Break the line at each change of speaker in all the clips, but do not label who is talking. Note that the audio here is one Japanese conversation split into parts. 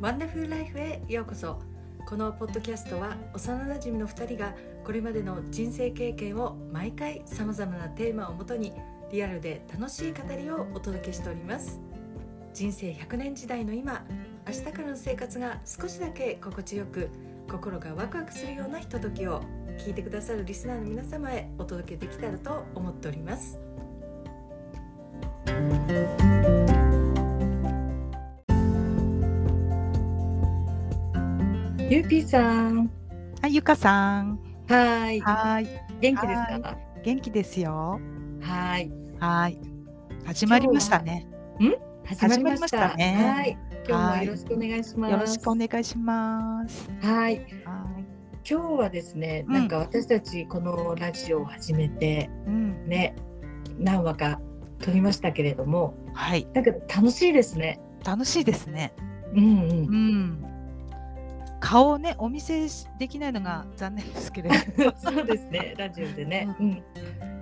ワンダフルライフへようこそこのポッドキャストは幼なじみの2人がこれまでの人生経験を毎回さまざまなテーマをもとにリアルで楽しい語りをお届けしております人生100年時代の今明日からの生活が少しだけ心地よく心がワクワクするようなひとときを聞いてくださるリスナーの皆様へお届けできたらと思っておりますゆうぴーさん
はい、ゆかさん。
はい
はい、
元気ですか
元気ですよ。
はい
はい。始まりましたね。
始まりました
始まりましたね
はい今日もよろしくお願いします
よろしくお願いします。
はい
は
今日はですね、
うん
なんか私たちこのラジオを始めて
い。うん。
ね何話か撮りましたけれども
はい。
なんか楽しいですね
楽しいですね。
うんうん
うん。顔をね、お見せしできないのが残念ですけれ ど。
そうですね、ラジオでね、うん、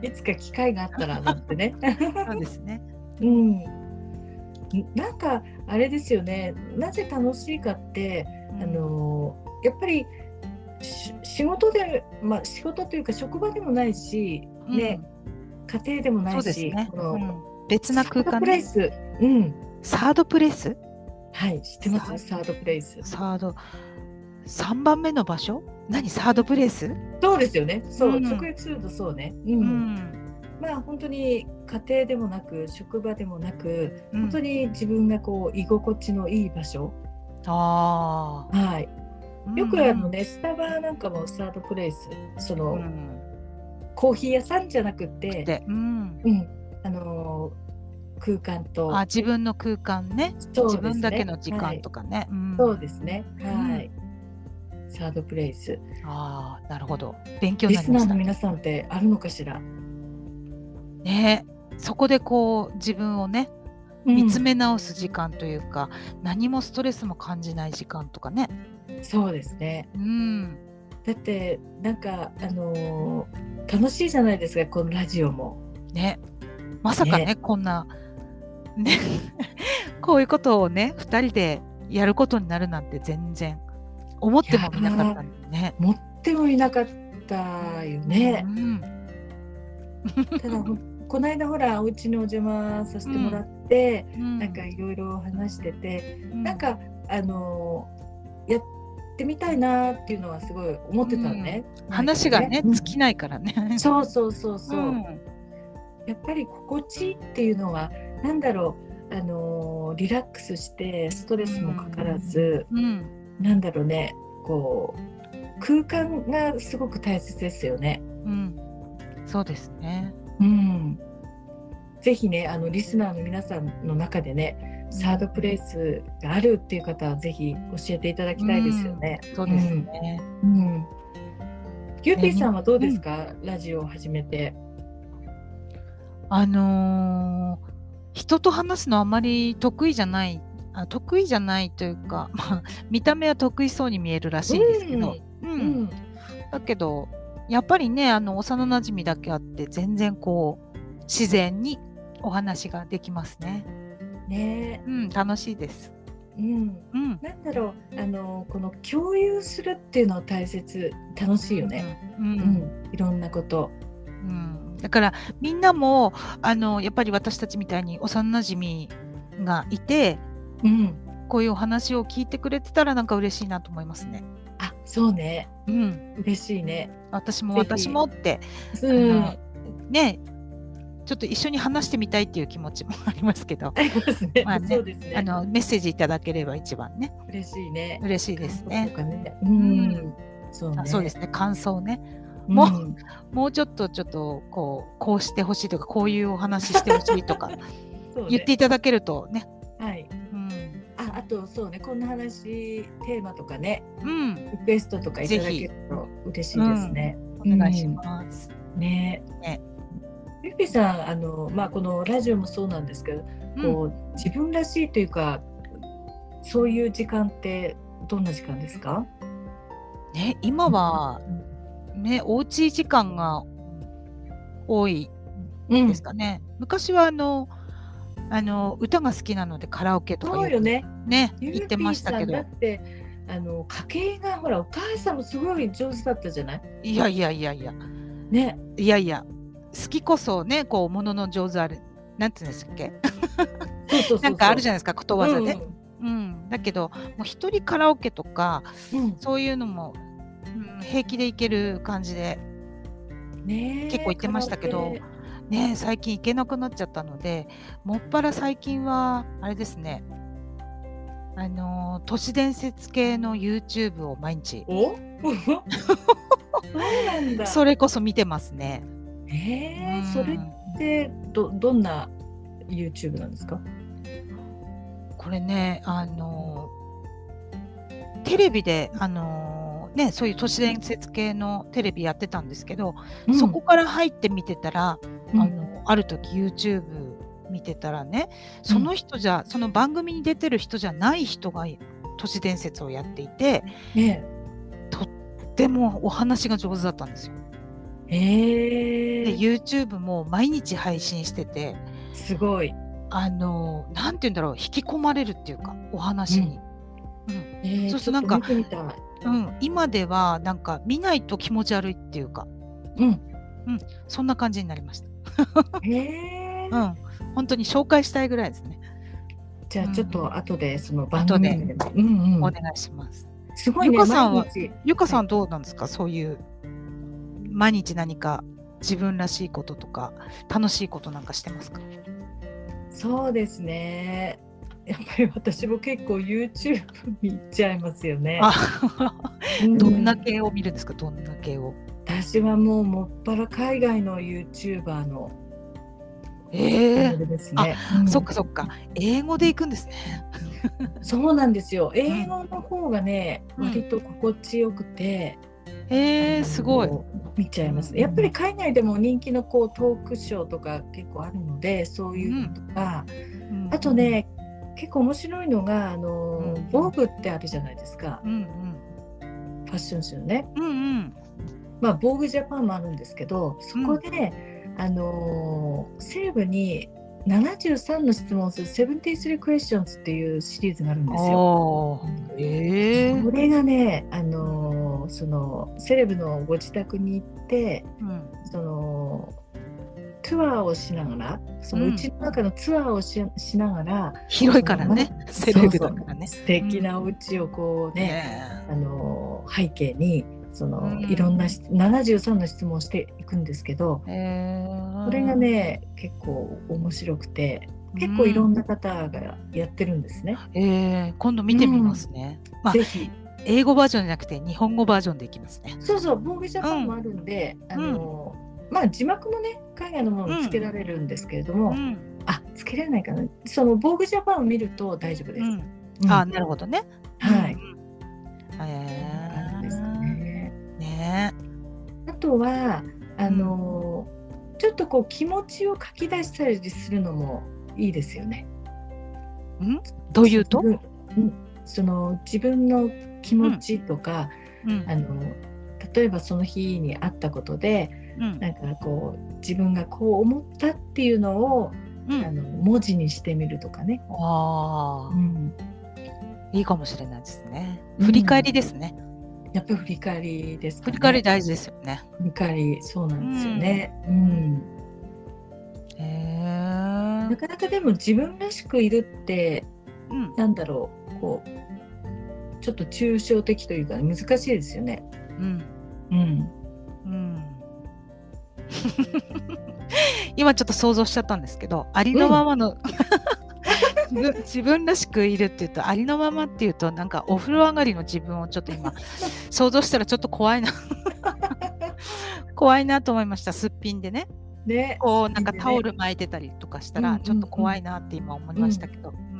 いつか機会があったらなんてね。
そうですね。
うん、なんかあれですよね、なぜ楽しいかって、
うん
あ、のやっぱりし仕事で、まあ仕事というか職場でもないし、
うん
ね、家庭でもな
そう
い
です
し、
ね。
この
うん別な空間
サードプレ
ね
イス、うん、
サードプレイス。
はい、知ってます、サードプレイス。
サード。三番目の場所。何、サードプレイス。
そうですよね、そう、
うん
直訳するとそうね、う、
うんん。
まあ本当に家庭でもなく職場でもなく。
本
本当。に自分がこう居心地のいい場所、
あ
はい、
あ。
よくあの
ね。
ね、スタバなんかもスタートプレイスその、
うん。
コーヒー屋さんじゃなくて、
で、うん、
うんあのー空間と
あ自分の空間ね
そうです
自
ね
分だけの時
は
間
い
とかね、うん
そうですねはい、サードプレイス
あーなるほど勉強に
リ
なり
ス
ま
ナー
し
の
た
皆さんってあるのかしら、
ねそこでこう自分をね見つめ直す時間というか、何もストレスも感じない時間とかね
そうですね
うん
だってなんかあのー楽しいじゃないですかこのラジオも
ねまさかね
ね
こんなね こういうことをね2人でやることになるなんて全然思ってもみなかったんだよね。
持ってもいなかったよね、
うん
ただほんこの間ほらお家にお邪魔させてもらって、
うん
なんかいろいろ話してて、
う
なんかあのーやってみたいなっていうのはすごい思ってたのね、
話がね
うん
尽きないからね。
そうそうそうそう、
うん
やっぱり心地いいっていうのはなんだろうあのーリラックスしてストレスもかからず、
うん、
なんだろうねこう空間がすごく大切ですよね。
うん、そうですね。
うん、ぜひねあのリスナーの皆さんの中でねサードプレイスがあるっていう方はぜひ教えていただきたいですよね。
そうですね。
うん。ゆうぴーさんはどうですか、ラジオを始めて。
あのー人と話すのあまり得意じゃない。あ得意じゃないというか、 まあ、見た目は得意そうに見えるらしいんですけど、うん
うん。うん
だけどやっぱりねあの幼なじみだけあって全然こう自然にお話ができますね。
ね
うん、楽しいです。
え、うん。
うん、
なんだろうあのこの共有するっていうのは大切楽しいよね。
うん、
う。
うんん
いろんなこと。
うん、だからみんなもあのやっぱり私たちみたいに幼馴染がいて
うん。
こういうお話を聞いてくれてたらなんか嬉しいなと思いますね。
あそうね。
うん、
嬉しいね。
私も
ぜひ
私もって、
う
あ
ん。
のねちょっと一緒に話してみたいっていう気持ちもありますけど
ありますね。
まあね
そうですね。
あのメッセージいただければ一番ね
嬉しいね。
嬉しいです
そ
ね。
うかね。うん
ん。
そうね
あ。そうですね感想ね
も
も
うん。
もうちょっとちょっとこうこうしてほしいとかこういうお話してほしいとか
そうね
言っていただけるとね。
はい。
うん
あ、あとそうね、こんな話テーマとかね、
うん
リクエストとかいただけると嬉しいですね。
お願いします。
ね。
ね
ゆっぴさん、あのまあこのラジオもそうなんですけど、
うん
こう自分らしいというか、そういう時間ってどんな時間ですか？
ね、今は、ね、おうち時間が多い
うん
ですかね。昔はあの、あの歌が好きなのでカラオケとか
そう
よ
よね。
くね
ゆう
行っ
ぴ
てま
ー
し
さ
たけ
んだっ
ど
てあの家系がほらお母さんもすごい上手だったじゃない。
いやいやいやいや
ね。
いやいや好きこそねこうものの上手あるなんて言うんですっけ
そうそうそうそう。
なんかあるじ
ゃ
ゃないですかことわざで、
ね。
うんだけどもう一人カラオケとか
うん。
そういうのも、うん、平気で行ける感じで
ねえ。
結構行ってましたけど
カラオケ
ね最近行けなくなっちゃったのでもっぱら最近はあれですねあのー都市伝説系の YouTube を毎日
お。 そうなん だ。
それこそ見てますね。
え
うん
え、それってどどんな YouTube なんですか。
これねあのーテレビであのーねそういう都市伝説系のテレビやってたんですけど、そこから入って見てたら、
うん
あのある時 YouTube 見てたらねその人じゃ、その番組に出てる人じゃない人が都市伝説をやっていて
ね
でもお話が上手だったんですよ。
え。え
で
え。
YouTube も毎日配信してて
すごい。
あのなんて言うんだろう引き込まれるっていうかお話に。
ええ
そうそうなんか
ちょっと見てみたい
うん今ではなんか見ないと気持ち悪いっていうか
うん。
そんな感じになりました。
ええ。
うん本当に紹介したいぐらいですね。
じゃあちょっと後でその番
後で
組名でも。うんう
お
ん。
願いします。
すごいね。
ゆかさんは
毎日
ゆかさんどうなんですかそういう毎日何か自分らしいこととか楽しいことなんかしてますか
そうですね。やっぱり私も結構 YouTube 見ちゃいますよね。
あ
う
どんな系を見るんですかどんな系を
私はもうもっぱら海外の YouTuber のチャ
ええ
ンネルですね。うん
そっかそっか英語で行くんですね。
そうなんですよ。英語の方がね、
うん
割と心地よくて、
えー、すごい。
見ちゃいます。やっぱり海外でも人気のこうトークショーとか結構あるので、そういうのとか、
うん
あと、ね、結構面白いのがあの
うん
ボーグってあるじゃないですか。
うん
ファッション誌のね。
うんうんうん
まあ、ボーグジャパンもあるんですけどそこで、あのー西部に73の質問をする「73 questions」っていうシリーズがあるん
あ
ですよ。
ーえー
これがね、あのーそのセレブのご自宅に行って
うん
そのツアーをしながらその
う
うんちの中のツアーをし,、しながら
広いからねセレブだからね。
素敵なお家をこうね、
ね
あの背景にその、
うん
いろんなし73の質問をしていくんですけど、
えー
これがね結構面白くて結構いろんな方がやってるんですね。
えー今度見てみますね。まあ
ぜひ
英語バージョンじゃなくて日本語バージョンでいきますね。
そうそうボーグジャパンもあるんで、あのまあ字幕もね海外のものつけられるんですけれども、
うん
あつけられないかなそのボーグジャパンを見ると大丈夫で
う
す。
ん、
うん
あなるほどね。
はい。
うん。え
感じですか
ー、
ね
ね
あとはあの、ちょっとこう気持ちを書き出したりするのもいいですよね。
というと、
自分うんその自分の気持ちとか、
うん
あの例えばその日にあったことで
うん
なんかこう自分がこう思ったっていうのを、
う
あ
ん、
の文字にしてみるとかね、
あ
う
ー
ん、
いいかもしれないですね。
うん
振り返りですね。
やっぱり振り返りですか、
振
ね、
り返り大事ですよね。
振り返りそうなんですよね、うん
へえ
なかなかでも自分らしくいるって
うん
なんだろうこうちょっと抽象的というか難しいですよね。
うん
うん、
うん。今ちょっと想像しちゃったんですけど、ありのままの、 自分自分らしくいるっていうと、ありのままっていうと、なんかお風呂上がりの自分をちょっ と今、想像したらちょっと怖いな。怖いなと思いました、すっぴんでね。
ね
こう、なんか
いいんでね
タオル巻いてたりとかした
うんう
ら、
んうん
ちょっと怖いなって今思いましたけど。うん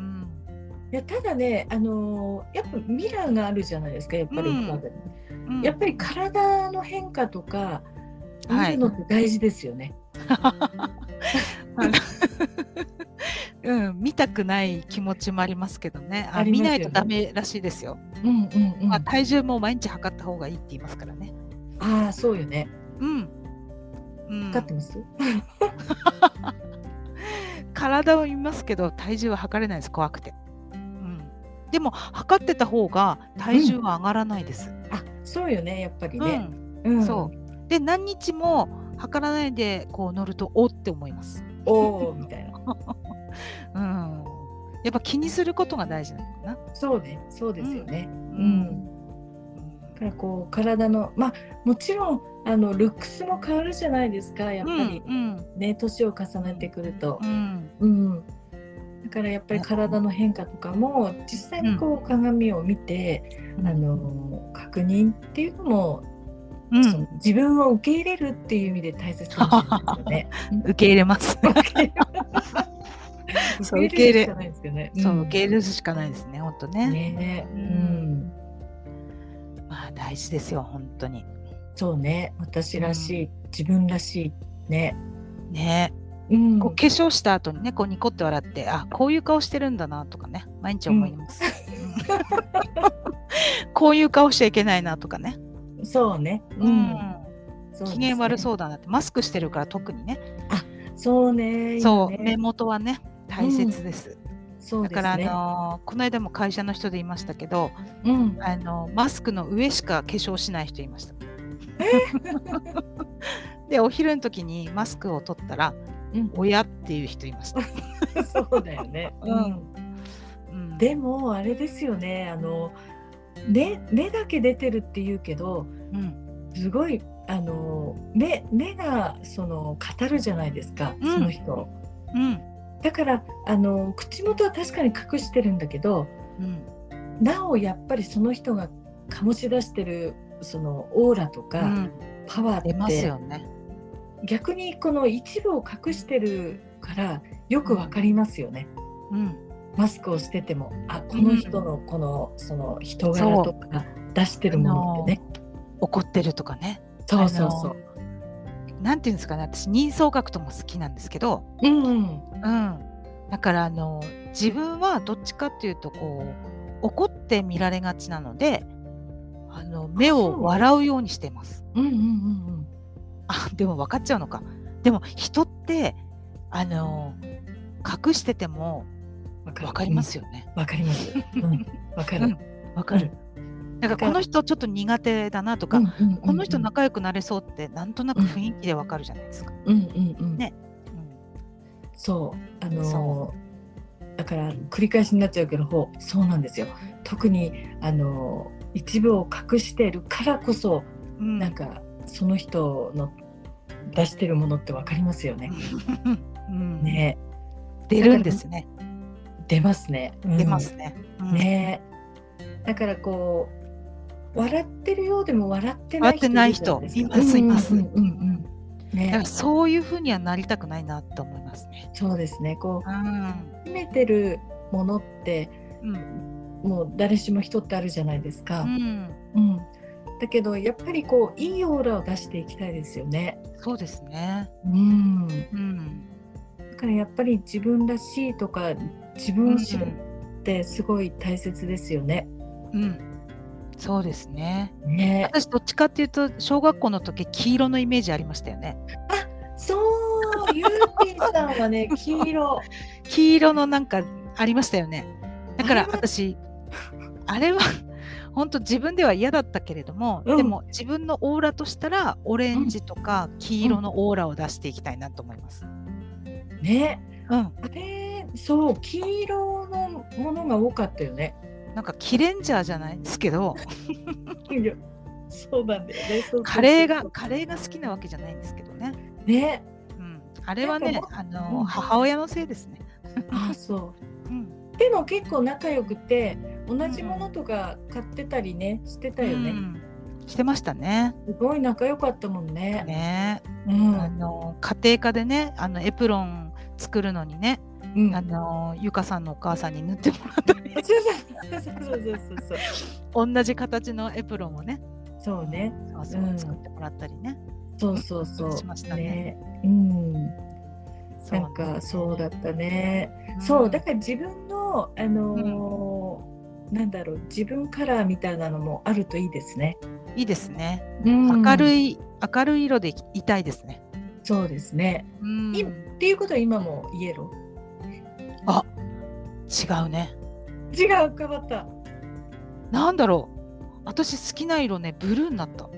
いやただね、あのーやっぱミラーがあるじゃないですかやっぱり、
うんうん
やっぱり体の変化とか見
はい
るのって大事ですよね。
うん、見たくない気持ちもありますけどね。あ
あります
見
よね
ないとダメらしいですよ。
うんうんうん
まあ、
あ
体重も毎日測った方がいいって言いますからね。
あーそうよね。
うん。うん
分かってます。
体を見ますけど体重は測れないです怖くて、うん、でも測ってた方が体重は上がらないです、
あそうよねやっぱり
う
ね、
ん
うん
そうで何日も測らないでこう乗るとおって思います、
おお みたいな
うん、やっぱ気にすることが大事なのかな
そうねそうですよね、
う
うんだからこう体のまあもちろんあのルックスも変わるじゃないですかやっぱり
うん
ね年、を重ねてくると
うんう、ん
うん、だからやっぱり体の変化とかも実際にこう鏡を見て、
うん
あの確認っていうのも、
う
そ
ん
の自分を受け入れるっていう意味で大切かもしれないですよ ね。
受け入れますそう受け入
る
れ
しかないですよね。
そう受け
入
入れるしかないですね本当
ね
ね
ね、う
うん
ん、
まあ大事ですよ本当に
そうね私らしい、自分らしいね。
ね
うん
こう化粧した後にねこうニコって笑ってあこういう顔してるんだなとかね毎日思います、 こういう顔しちゃいけないなとかね、
そうね。
う
うんん。そうですね
機嫌悪そうだなってマスクしてるから特にね
そうね。
そう
今
目
ね。
元はね大切です、
そう
だ
で
か
す
らあ
ね。
のーこの間も会社の人で言いましたけど
うん。
あのマスクの上しか化粧しない人いました。 でお昼の時にマスクを取ったら
うん
「親」っていう人いました。
そうだよね。
う
うん。
うん
でもあれですよね。あの目目だけ出てるって言うけど、
うん
すごいあの目目がその語るじゃないですか。
うん
その人。
うん
だからあの口元は確かに隠してるんだけど、
うん
なおやっぱりその人が醸し出してるそのオーラと
う
か、
ん
パワーって
出ますよね。
逆にこの一部を隠してるからよくわかりますよね、
うん
マスクをしててもあこの人のこの、その人柄とか出してるものってね
怒ってるとかね。
そうそうそう
なんていうんですかね私人相書くとも好きなんですけど、
うんうん
うん、だからあの自分はどっちかっていうとこう怒って見られがちなのであの目を笑うようにしています。
うんうん
あでも分かっちゃうのかでも人ってあの隠してても
うんわ
分かりますよね
うんわかりますうんわかる、
うん分かるなんか
わか
こ
る
の人ちょっと苦手だなとか、
うんうんうんうん
この人仲良くなれそうってなんとなく雰囲気で分かるじゃないですか、
うんうんうん
ね
そうあのー
そ
だから繰り返しになっちゃうけどほうそうなんですよ特にあのー一部を隠しているからこそ
うんうん
なんかその人の出してるものってわかりますよね。
うん
ね
出るんですね
出ますね。
出ますね、う
うんんね。だからこう笑ってるようでも笑ってない
笑ってない人
るじゃな
いますいます
うんうんうんうん
だから
ね。
そういうふうにはなりたくないなと思いますね
そうですね。こ
うん
う秘めてるものって
うん
もう誰しも人ってあるじゃないです
う
か。
ん
うん。だけどやっぱりこういいオーラを出していきたいですよね。
そうですね
うん。
うん
だからやっぱり自分らしいとか自分を知るってすごい大切ですよね。
うんそうですね
ね。
私どっちかっていうと小学校の時黄色のイメージありましたよね
そう、ゆうぴーさんは ね、黄色。
黄色のなんかありましたよねだから
あれは
私あれは本当自分では嫌だったけれども、
うん
でも自分のオーラとしたらオレンジとか黄色のオーラを出していきたいなと思います。
ね。
うん、
あれ、そう、黄色のものが多かったよね。
なんかキレンジャーじゃないんですけ ど、
いやそうなんだよね。そうそうそう
カレーが。カレーが好きなわけじゃないんですけどね。
ね。
うん、あれはね
なんか、
あ
う
の
ん
母親のせいですね。
あ、そう。
うん、
でも結構仲良くて、同じものとか買ってたりね、してたよ
う
ね。
んしてましたね。
すごい仲良かったもんね。
ね。
う
あ
ん。
の家庭科でねあのエプロン作るのにね、
うん
あのゆかさんのお母さんに縫ってもらったり
そうそうそうそうそうそう。
同じ形のエプロンをね
そうね。
そうそう
うん
作ってもらったりね、
そうそうそう。
しましたね
うん。
そう
なんかそうだったね。
ん
そうだから自分のあのーなんだろう自分カラーみたいなのもあるといいですね。
いいですね明
明
る
い。
い、明るい色でいきいたいですね
そうですね。
うん
いっていうことは今もイエロ
あ違うね
違う変わった
なんだろう私好きな色ねブルーになった
あ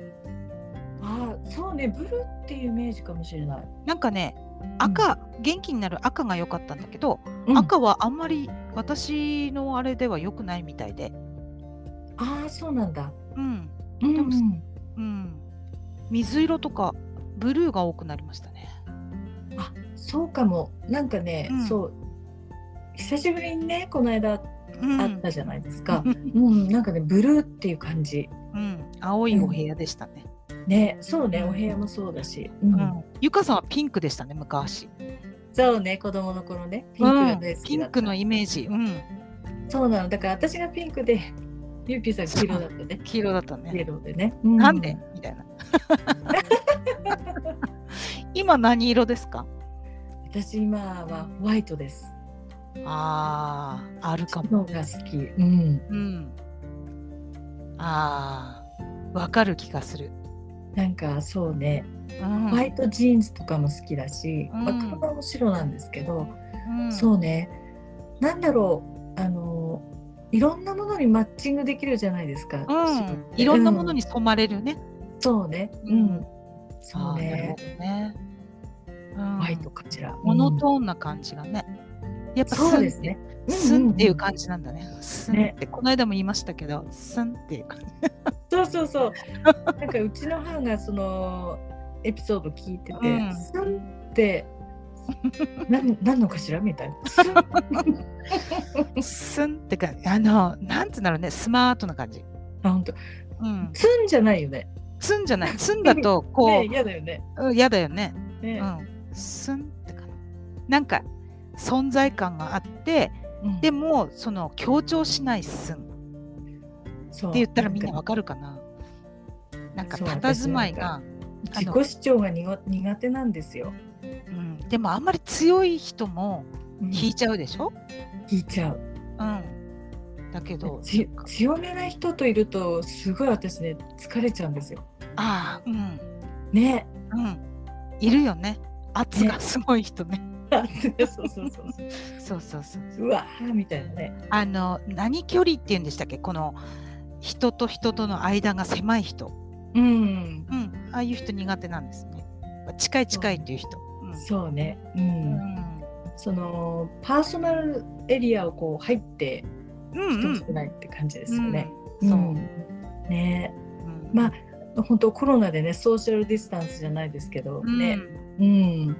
ーそうねブルーっていうイメージかもしれない、
なんかね赤、元気になる赤が良かったんだけど、
うん
赤はあんまり私のあれでは良くないみたいで
ああそうなんだ
うん
うん
でもうん水色とかブルーが多くなりましたね
あそうかもなんかね、
うん
そう久しぶりにねこの間
うん
あったじゃないですか、うんなんかねブルーっていう感じ
うん、青いお部屋でしたね、
ねそうね
うん
お部屋もそうだし、うん
うんゆかさんはピンクでしたね昔
そうね子供の頃ねピンクが大
う
好
ん
き
ピ
だっ
ン
た、
クのイメージ、うん、
そうなのだから私がピンクで ゆうぴーさん黄色だったね
黄色だった
イエ
ね
ローでね、う
なんでみたいな 今何色ですか
私今はホワイトです
あーあるかも、
のが好きうん
うん、あーわかる気がする、
なんかそうね
うん
ホワイトジーンズとかも好きだし、
うん
まあ、車も白なんですけど、
うん
そうねなんだろうあのいろんなものにマッチングできるじゃないですか、
うん、いろんなもの
に、
に染まれるね。
うんそうねう
うんん
そう
あーなる
ね
ほどね。うん
ホワイトかしら
モノトーンな感じがね。やっぱ
そう
ス
で
ン
すね
スンっていう
か
感じなんだね。スンって、この間も言いましたけど、スンっていう感じ。
そうそうそうなんかうちの母がそのエピソード聞いてて、
うん
スンってなんなんのかしらみたいなスン
スンって感じ。あの、なんつうんだろうね、スマートな感じ。
あ本当
うん。
スンじゃないよね
スンじゃない。スンだ と、こ
ね嫌だよね
う、嫌だよね。
ね
うん。スンって感じ。なんか、存在感があって、
うん
でも、その、強調しないスン。
そう
って言ったらみんなわかるかな。なんか
そう
佇まいが、あ
自
の
己主張がにご苦手なんですよ。
うん、でもあんまり強い人も
うん
引いちゃうでしょ。
引いちゃう。
うん。だけど、
つ強めな人といるとすごい私ね疲れちゃうんですよ。
ああ、うん、
ね。
うん、いるよね。圧がすごい人ね。
そうそうそうそう。
そうそうそう。
うわーみたいなね。
あの何距離って言うんでしたっけ？この人と人との間が狭い人。
うん。
うん、ああいう人苦手なんですね。近い近いっていう人。
そうね。う。
うんん。
そのパーソナルエリアをこう入って
うんうん。
等しくないって感じですよね。
うん。そうう。
んね。
うん
まあ本当コロナでねソーシャルディスタンスじゃないですけど
うん
ね。うん。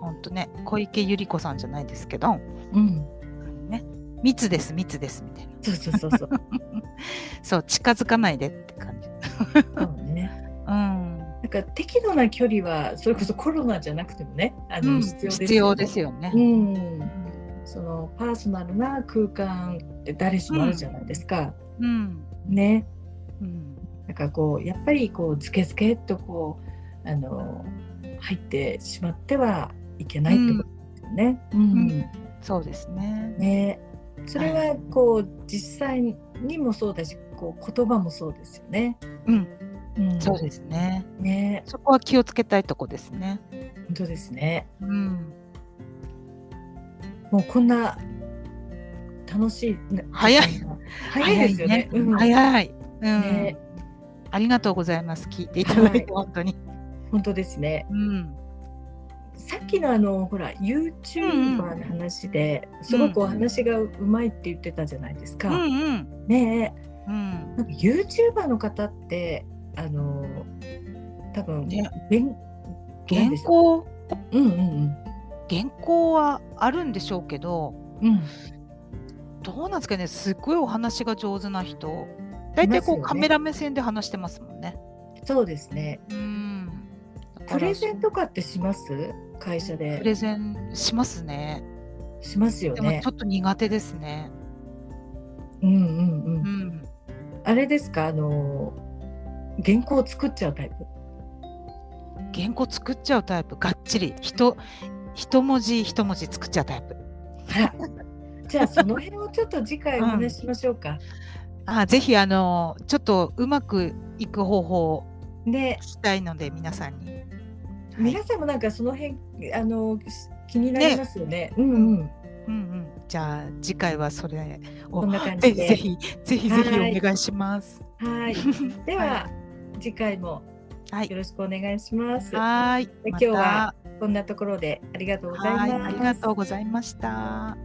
本当ね小池百合子さんじゃないですけど、
うん。
ね、密です密ですみたいな
そうそうそう そう。
そう近づかないでって感じ
そうね。
うん、
なんか適度な距離はそれこそコロナじゃなくてもねあ
う
の
ん
必要ですよね
必要ですよね、
うん、そのパーソナルな空間って誰しもあるじゃないですか、
うん
ね
うん
なんかこうやっぱりこうズケズケっとこうあの入ってしまってはいけないってことですよね。うん
そうですね
ねそれはこう実際にもそうだしこう言葉もそうですよね。
うん
うん
そうですね
ね
そこは気をつけたいとこですね
本当ですね。
うん
もうこんな楽しい
早い
早いですよね。
早い,、
うん
早いうん
ね
ありがとうございます聞いていただいて本当に、
本当ですね。
うん
さっきのあのほら YouTuber の話で、すごくお話がうまいって言ってたじゃないです
う
か。
んうん
ね
うん
えなんか YouTuber の方ってあの多分
ね
原
原稿
うんうん
原稿はあるんでしょうけど
うんうん
どうなんですかねすっごいお話が上手な人
い
大体こ
ますよ
う
ね
カメラ目線で話してますもんね。
そうですね。
うんだから
プレゼンとかってします会社
プ
で
レゼンしますね。
しますよ
でも
ね
ちょ。っと苦手ですね。
うんうんう。
うんん、
あれですかあの原稿を作っちゃうタイプ。
原稿作っちゃうタイプがっちり一一文字一文字作っちゃうタイプ。
あらじゃあその辺をちょっと次回お話ししましょうか。
あぜひあのちょっとうまくいく方法を
で
聞きたいので皆さんに。はい
皆さんもなんかその辺あのし気になりますよね。うんうん。
うんうん、じゃあ次回はそれ
こんな感
ぜ
じ
ひぜ
で。
ひぜひぜひお願いします。
はい。では、次回も
はい
よろしくお願いします。
はい。
今日はこんなところでありがとうご
ま
ざい
た
ます。
はいありがとうございました。